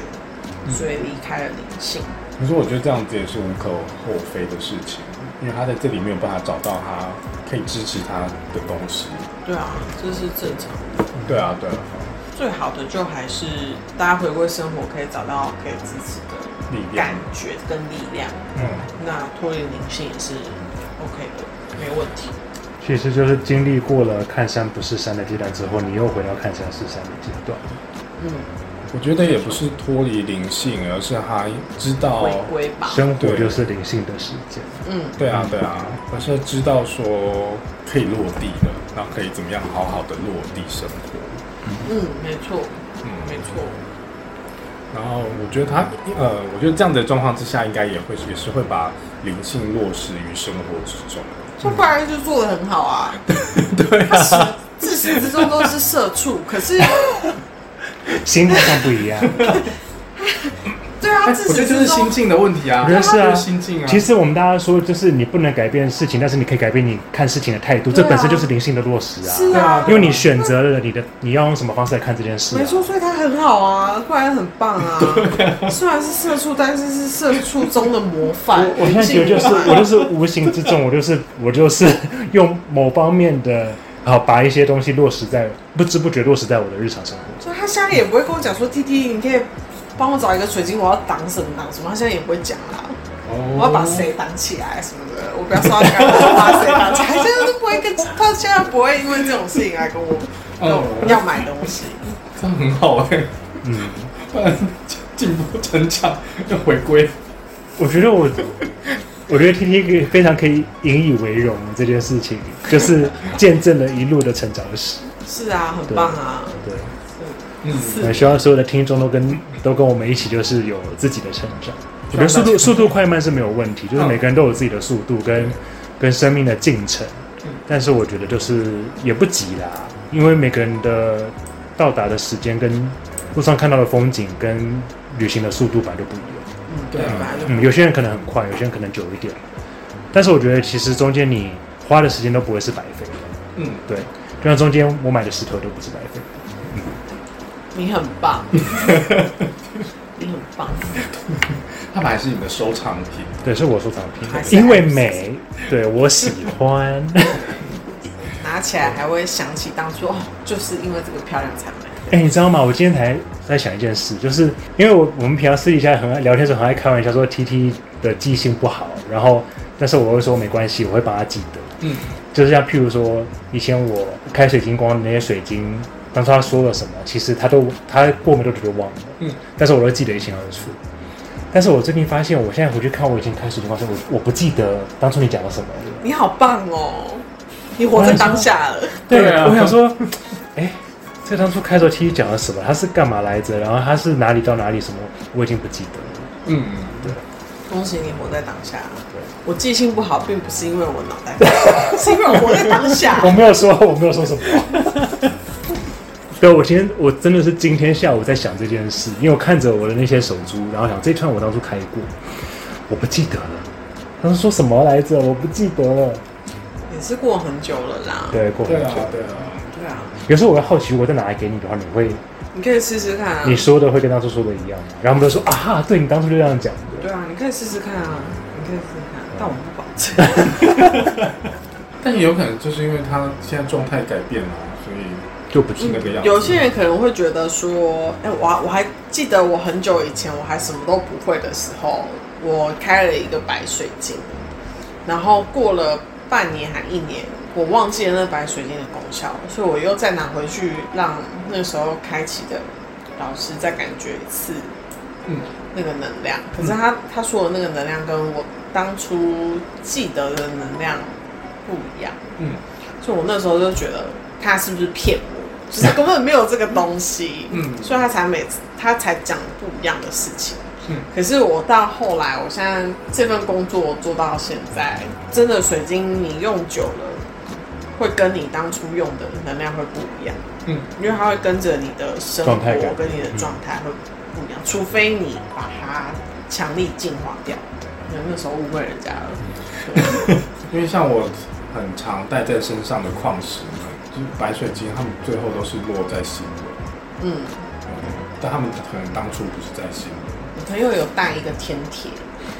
所以离开了灵性。
可是我觉得这样子也是无可厚非的事情，因为他在这里没有办法找到他可以支持他的东西。
对啊，这是正常的。
对啊，对啊，
最好的就还是大家回归生活，可以找到可以支持的
力量
感，觉跟力量。
嗯，
那脱离灵性也是 OK 的，没问题。
其实就是经历过了看山不是山的阶段之后，你又回到看山是山的阶段。
嗯，
我觉得也不是脱离灵性，而是他知道
回归吧。
生活
对
就是灵性的世 界。
嗯，
对啊，对啊，而是知道说可以落地了，然后可以怎么样好好的落地生活。
嗯，没错，
嗯，
没错。
然后我觉得他呃，我觉得这样的状况之下，应该也会也是会把灵性落实于生活之中。
像不然就做的很好啊，
对
他始
啊，
自始至终都是社畜， 可是
心态上不一样，
对啊，
哎我
自
觉得
始
就是
至
心
终
境的问题啊，
我觉得是啊
就是心境啊。
其实我们大家说，就是你不能改变事情，但是你可以改变你看事情的态度，
对啊
这本身就是灵性的落实啊。
是
对啊
啊，
因为你选择了你的你要用什么方式来看这件事、
没
啊。
错，所以他很好啊，不然很棒啊。虽然是社畜，但是是社畜中的模范。
我现在觉得就是我就是无形之中，我就是 我就是用某方面的，好把一些东西落实在不知不觉落实在我的日常生活。
所以他现在也不会跟我讲说，弟弟，你可以帮我找一个水晶，我要挡什么挡什么。他现在也不会讲啦，
哦
我要把谁挡起来什么的，我不要说他干嘛，我要把谁挡起来，他现在都不会跟，他现在不会因为这种事情来跟我跟我要买东西。
这样很好哎、
嗯，
突然进步成长 又回归。
我觉得我 我觉得 T T 可以非常可以引以为荣这件事情，就是见证了一路的成长史。
是啊，很棒啊，
对。
嗯，
我
是
希望所有的听众都跟都跟我们一起，就是有自己的成长。啊我觉得速
希望大家
度速度快慢是没有问题，就是每个人都有自己的速度跟跟生命的进程
嗯。
但是我觉得就是也不急啦，因为每个人的到达的时间跟路上看到的风景跟旅行的速度本来就不一样。
嗯，对，本来就
嗯，有些人可能很快，有些人可能久一点。但是我觉得其实中间你花的时间都不会是白费的。
嗯，
对，就像中间我买的石头都不是白费。
你很棒，你很棒，
他们还是你的收藏品。
对，是我收藏
还是
品，因为美，对我喜欢。
拿起来还会想起当初哦，就是因为这个漂亮才买。
哎、你知道吗？我今天才在想一件事，就是因为我我们平常私底下很爱聊天的时候很爱开玩笑说 T T 的记性不好，然后但是我会说没关系，我会把它记得。
嗯，
就是像譬如说，以前我开水晶光的那些水晶，当初他说了什么，其实他都他过没多久就忘了。
嗯，
但是我都记得一清二楚。但是我最近发现，我现在回去看我以前开水晶光的时候，我我不记得当初你讲了什么了。
你好棒哦，你活在当下了。
对
对啊
我想说， 哎、这个当初开头 T 讲了什么？他是干嘛来着？然后他是哪里到哪里什么？我已经不记得了。
嗯，
恭喜你活在当下。
对，
我记性不好，并不是因为我脑袋不 好，是因为我活在当下。
我没有说，我没 有说什么。对，我今天我真的是今天下午在想这件事，因为我看着我的那些手珠，然后想这一串我当初开过，我不记得了。他说什么来着？我不记得了。
也是过很久了啦。
对，过很
对
久。
啊，对啊。
对啊，
有时候我会好奇，如果再拿来给你的话，你会
你可以试试看啊。
你说的会跟当初说的一样吗？然后我们都说啊哈，对你当初就这样讲的。
对啊，你可以试试看啊，你可以试试看，但我不保证。
但也有可能就是因为他现在状态改变了，所以
就不
是那个样子。
有些人可能会觉得说，哎、我我还记得我很久以前我还什么都不会的时候，我开了一个白水晶，然后过了半年还一年，我忘记了那白水晶的功效，所以我又再拿回去让那时候开启的老师再感觉一次
嗯
那个能量。可是他他说的那个能量跟我当初记得的能量不一样，
嗯，
所以我那时候就觉得他是不是骗我，就是根本没有这个东西，
嗯
所以他才每次他才讲不一样的事情。
嗯
可是我到后来，我现在这份工作做到现在，真的水晶你用久了，会跟你当初用的能量会不一样。
嗯，
因为它会跟着你的生活
状态改变
跟你的状态会不一样，除非你把它强力净化掉。因为那时候误会人家了，
嗯
因为像我很常带在身上的矿石，就是白水晶，它们最后都是落在心轮，
嗯，
嗯但他们可能当初不是在心轮，
我朋友有带一个天铁，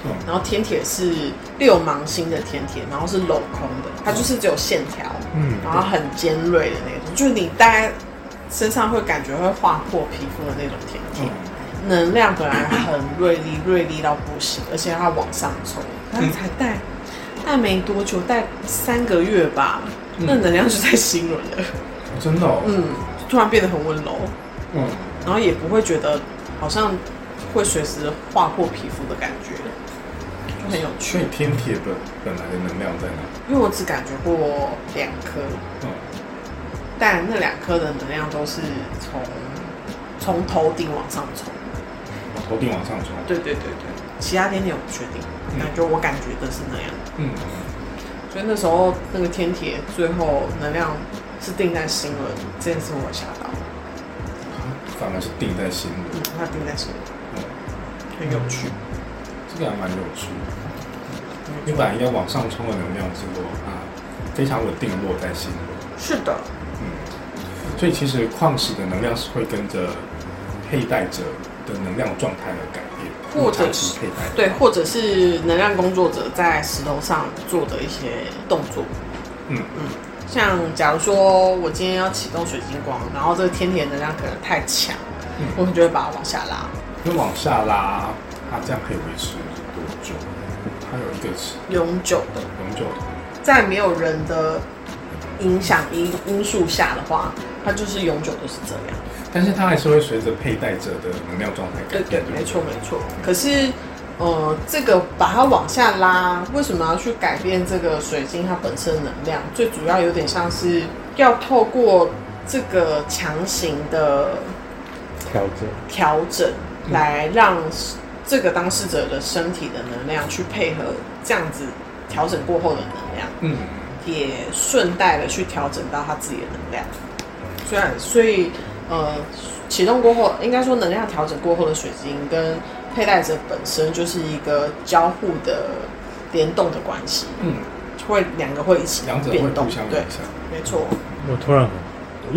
嗯
然后天铁是六芒星的天铁，然后是镂空的，它就是只有线条，
嗯，
然后很尖锐的那种，就是你戴在身上会感觉会划破皮肤的那种天
嗯
铁。能量本来很锐利，锐利到不行，而且它往上冲，它才带带没多久，带三个月吧，
嗯
那能量就在心轮了，
哦真的、哦，
嗯，突然变得很温柔，
嗯，
然后也不会觉得好像会随时划破皮肤的感觉，就很有趣
所以。天铁本本来的能量在哪？
因为我只感觉过两颗，
嗯
但那两颗的能量都是从从头顶往上冲。
往头顶往上冲，
对对对对，其他天点我不确定，
嗯
感觉我感觉的是那样。
嗯，
所以那时候那个天铁最后能量是定在心轮，这件事我吓到，
反而是定在心轮
嗯，，它定在心轮，
嗯，
很有趣。
这个还蛮有趣的。
嗯
你本来应该往上冲的能量，结果啊，非常稳定地落在心轮。
是的，
嗯所以其实矿石的能量是会跟着佩戴者的能量状态而改变，
或者
长期
是
佩戴。
对，或者是能量工作者在石头上做的一些动作，
嗯
像假如说我今天要启动水晶光，然后这个天铁能量可能太强，
嗯
我就会把它往下拉。
因为往下拉，它这样可以维持多久？它有一个是
永久的，
永久的，
在没有人的影响因因素下的话，它就是永久都是这样。
但是它还是会随着佩戴者的能量状态改
对
变。
对，
不
没错没错。可是，呃，这个把它往下拉，为什么要去改变这个水晶它本身的能量？最主要有点像是要透过这个强行的
嗯
调整，
调整，来让这个当事者的身体的能量去配合这样子调整过后的能量，
嗯，
也顺带的去调整到他自己的能量。
嗯
虽然所以呃，启动过后，应该说能量调整过后的水晶跟佩戴者本身就是一个交互的联动的关系，
嗯，
会两个会一起
两者会
变动
互相，影
对，
响。
没错，
我突然很，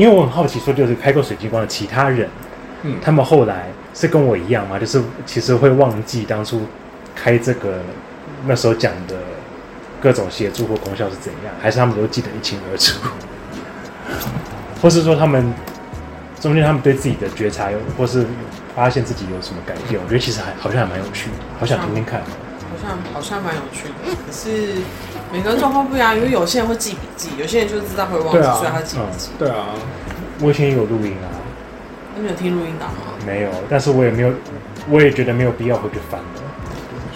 因为我很好奇，说就是开过水晶光的其他人，
嗯，
他们后来是跟我一样嘛，就是其实会忘记当初开这个那时候讲的各种协助或功效是怎样，还是他们都记得一清二楚，或是说他们中间他们对自己的觉察有，或是发现自己有什么改变，我觉得其实还好像还蛮有趣的，好想听听看。
好像好像蛮有趣的。可是每个人状况不一样，因为有些人会记笔记，有些人就知道会忘记，
对啊
所以他记笔记。
对啊，
我以前也有录音啊，
嗯
那你有听录音档吗？
没有，但是我也没有，我也觉得没有必要回去翻了。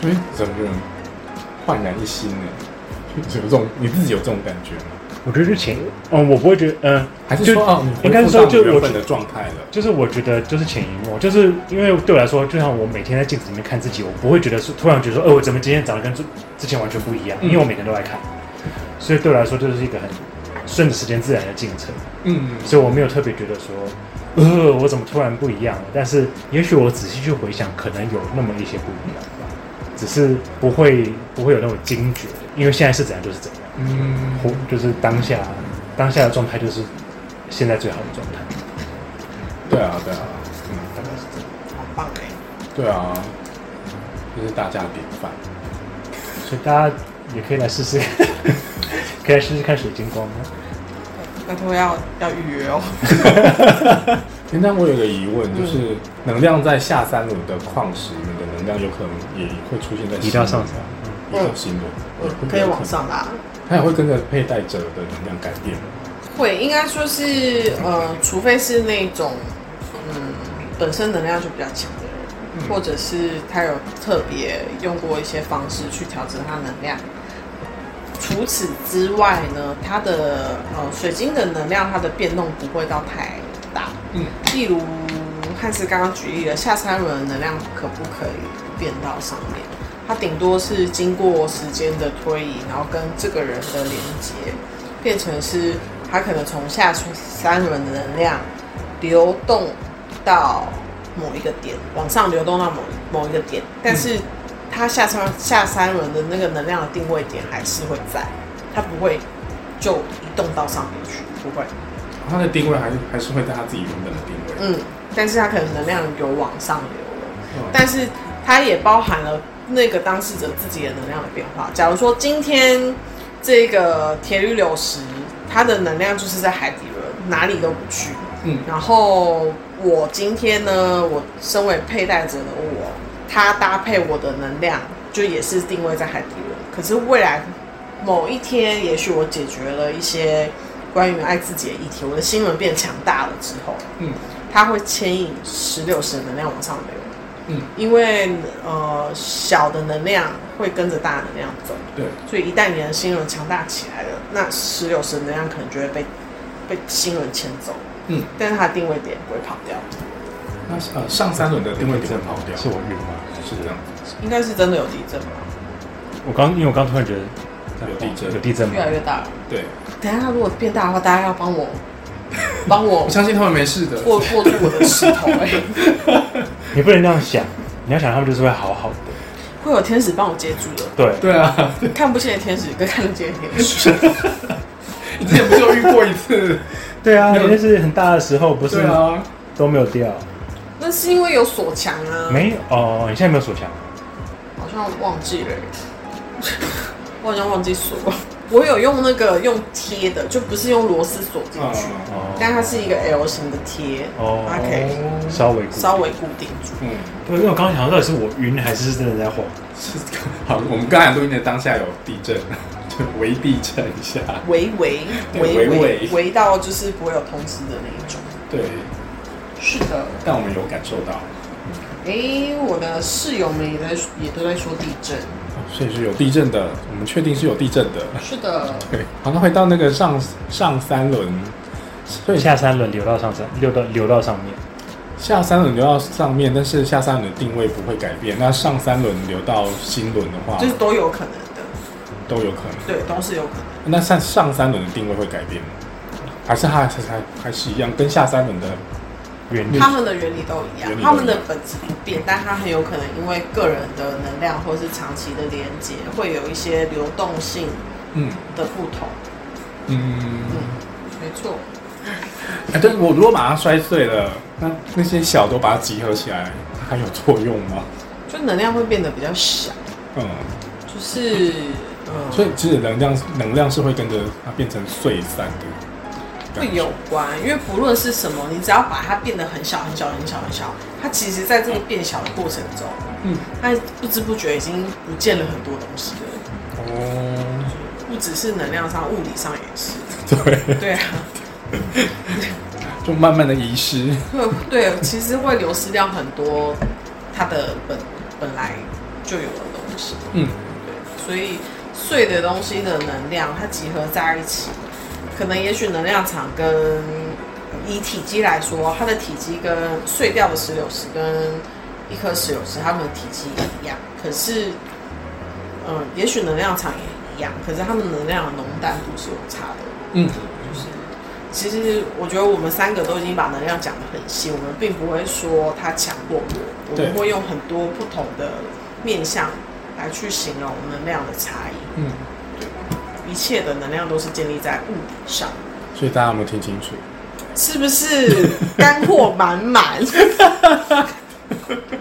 所以整个人焕然一新呢。 有这种你自己有这种感觉吗？
我觉得就前，嗯，我不会觉得，嗯、
还是
就
说哦，你恢
应该是
复
说
到
就
你
我
原
觉
本的状态了？
就是我觉得就是潜移默，就是因为对我来说，就像我每天在镜子里面看自己，我不会觉得说突然觉得说，呃，我怎么今天长得跟之之前完全不一样？
嗯
因为我每天都来看，所以对我来说，这就是一个很顺着时间自然的进程，
嗯，
所以我没有特别觉得说，呃，我怎么突然不一样了？但是也许我仔细去回想，可能有那么一些不一样吧，只是不会不会有那种惊觉，因为现在是怎样就是怎样，
嗯，
活就是当下当下的状态就是现在最好的状态，
对啊，对啊，嗯，
大概是这样。
好棒哎、
对啊，就是大家的典范。
所以大家也可以来试试， 可以来试试看水晶光吗？
拜托要要预约哦。
诶那我有个疑问，就是
嗯
能量在下三轮的矿石里面的能量，有可能也会出现在
移到上
心
层，嗯
轮，移到心轮，
嗯可以往，上拉。
它也会跟着佩戴者的能量改变。
会，应该说是呃，除非是那种嗯本身能量就比较强的人，或者是他有特别用过一些方式去调整它能量。除此之外呢，它的呃水晶的能量，它的变动不会到太大。
嗯，
例如汉斯刚刚举例了，下三轮能量可不可以变到上面？它顶多是经过时间的推移，然后跟这个人的连接，变成是它可能从下三轮的能量流动到某一个点，往上流动到某某一个点，但是它下三下三轮的那个能量的定位点还是会在，它不会就移动到上面去，不会。
它的定位还是还是会在它自己原本的定位。
嗯，但是它可能能量有往上流了，
嗯
但是它也包含了那个当事者自己的能量的变化。假如说今天这个铁铝流石，它的能量就是在海底轮，哪里都不去。
嗯
然后我今天呢，我身为佩戴者的我，它搭配我的能量，就也是定位在海底轮。可是未来某一天，也许我解决了一些关于爱自己的议题，我的心轮变强大了之后，
嗯
它会牵引十六式的能量往上流。
嗯，
因为呃小的能量会跟着大的能量走，
对，
所以一旦你的心轮强大起来了，那十六式的能量可能就会被被心轮牵走，
嗯，
但是它的定位点不会跑掉，
那呃上三轮的定位点会跑掉，
是我晕吗？
是这样子，
应该是真的有地震吧，
我刚因为我刚突然觉得
有地震
有地震吗
越？来越大了。
对，
等一下它如果变大的话，大家要帮 我帮我
我相信他们没事的。
握握住我的石 头、哎，
你不能这样想，你要想他们就是会好好的。
会有天使帮我接住的，
对，
对 啊，
看不见的天使跟看得见的天使，
你之前不就遇过一次？
对啊，
没有
那是很大的时候，不
对
是
啊，
都没有掉？
那是因为有锁墙啊，
没有哦，你现在没有锁墙，
好像忘记了耶，我好像忘记锁了。我有用那个用贴的，就不是用螺丝锁进去，
啊，
哦
但它是一个 L 型的贴，
哦
它可以
稍微
稍微固定住。
嗯，
对，因为我刚刚想到底是我晕还是真的在晃，
是好，我们刚才录音的当下有地震， 就微地震一下。
围围
对
围
微
围
微
围到就是不会有通知的那一种。
对，
是的，
但我们有感受到，
诶，我的室友们也在也都在说地震。
所以是有地震的，我们确定是有地震的。
是的，
对，好，那回到那个上上三轮，所以下
下三轮流到上三，流到流到上面，
下三轮流到上面，但是下三轮的定位不会改变。那上三轮流到新轮的话，
就是都有可能的，
都有可能。
对，都是有可能。
那上上三轮的定位会改变吗？还是它还还还是一样，跟下三轮的
原地
他们的原理都一样
原理都一，样
他们的本质不变，但它很有可能因为个人的能量或是长期的连接，会有一些流动性
嗯
的不同。
嗯，
嗯，没错，
哎、对我如果把它摔碎了，那那些小都把它集合起来，它还有作用吗？
就能量会变得比较小，
嗯，
就是嗯，
所以其实能量能量是会跟着它变成碎散的，
会有关，因为不论是什么，你只要把它变得很小很小很小很小，它其实在这个变小的过程中，
嗯
它不知不觉已经不见了很多东西了，
哦，
不只是能量上，物理上也是。
对，
对啊，
就慢慢的遗失。
会对，其实会流失掉很多它的本本来就有的东西。
嗯，
对，所以碎的东西的能量，它集合在一起，可能也许能量场跟以体积来说，它的体积跟碎掉的石榴石跟一颗石榴石，它们的体积一样，可是，嗯，也许能量场也一样，可是它们能量的浓淡度是有差的。
嗯，
就是其实我觉得我们三个都已经把能量讲得很细，我们并不会说它强过我，我们
对
会用很多不同的面向来去形容能量的差异。
嗯，
一切的能量都是建立在物理上，
所以大家有没有听清楚？
是不是干货满满？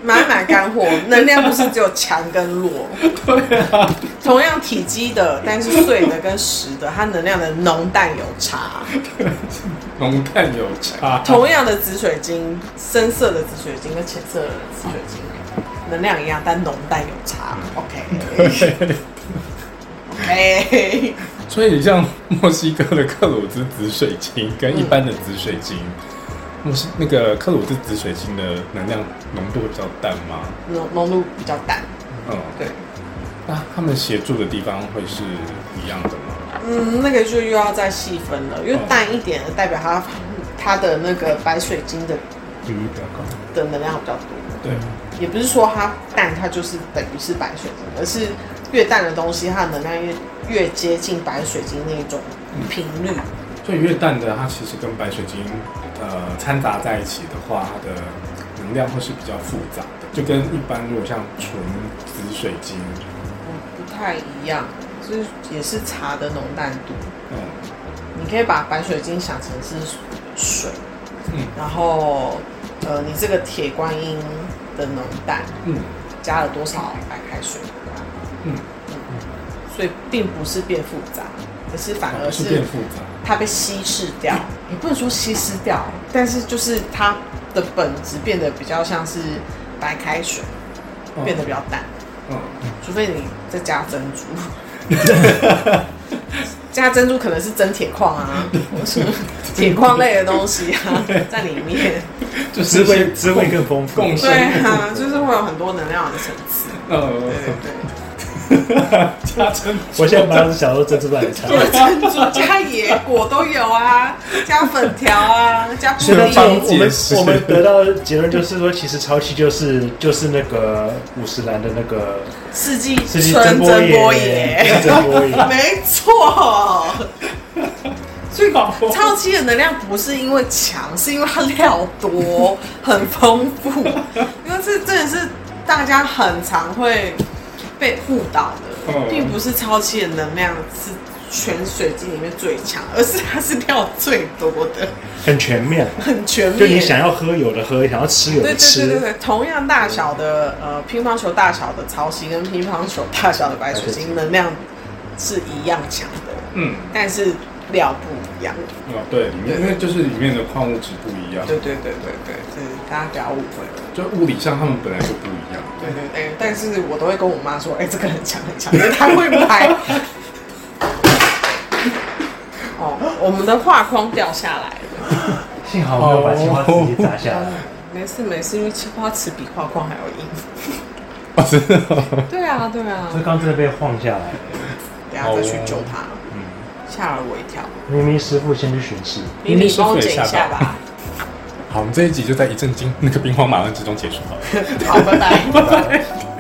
满满干货，能量不是只有强跟弱。
对啊，
同样体积的，但是碎的跟实的，它能量的浓淡有差。
浓淡有差。
同样的紫水晶，深色的紫水晶跟浅色的紫水晶，能量一样，但浓淡有差。OK，OK，、
对，
哎嗯
所以像墨西哥的克鲁兹紫水晶跟一般的紫水晶，我是那个克鲁兹紫水晶的能量浓度比较淡吗？
浓浓度比较淡。
嗯，
对，
那他们协助的地方会是一样的吗？
嗯，那个就又要再细分了，因为
哦
淡一点的代表它它的那个白水晶的
比例比较高。嗯
的能量比较多，
对，
也不是说它淡它就是等于是白水晶，而是越淡的东西它的能量越越接近白水晶那种频率。
所以越淡的它其实跟白水晶呃掺杂在一起的话，它的能量会是比较复杂的，就跟一般如果像纯紫水晶，
不太一样，就是也是茶的浓淡度。
嗯
你可以把白水晶想成是水，
嗯
然后呃，你这个铁观音的浓淡
嗯
加了多少白开水，
嗯，
所以并不是变复杂，而是反而
哦是
是
变复杂。
它被稀释掉，也不能说稀释掉，但是就是它的本质变得比较像是白开水，
嗯
变得比较淡。
嗯
除非你再加珍 珠，加珍珠可能是真铁矿啊，或是铁矿类的东西 啊，在里面。
就是
滋
哦
味
会
滋味更丰富，
共生
对啊，就是会有很多能量的层次。对对
呃
对，
加成
我现在马上想到珍珠奶茶，
加珍珠、加野果都有 啊，加粉条啊，加布
所以
是
我
帮
丁。
们我们
解释
我们得到的结论就是说，其实潮汐就是就是那个五十岚的那个
四季
是
春
真波
真波
野，
野，
是真波野，
没错。
最好
超期的能量不是因为强，是因为它料多，很丰富。因为这真的是大家很常会被误导的
嗯，
并不是超期的能量是全水晶里面最强，而是它是料最多的，
很全面。
很全面。
就你想要喝有的喝，想要吃有
对
的
对对对
吃，
对，同样大小的呃乒乓球大小的超期跟乒乓球大小的白水晶能量是一样强的，
嗯
但是料不一样。
哦对，里面因为就是里面的矿物质不一样，
对对对对对，就是大家不要误会了。
就物理上它们本来就不一样。
对对对，但是我都会跟我妈 说，哎、这个很强很强，因为她会 拍。哦，我们的画框掉下来了，
幸好没有把青花瓷给砸下来。
没事没事，因为青花瓷比画框还要硬。
哦，真的哦。
对啊对啊
这，刚刚真的被晃下来了，
等下再去救她，
嗯，
吓了我一跳。
明明师傅先去巡视，
你你帮我剪一下吧。
好，我们这一集就在一阵惊那个兵荒马乱之中结束了。
好，拜拜。
拜拜。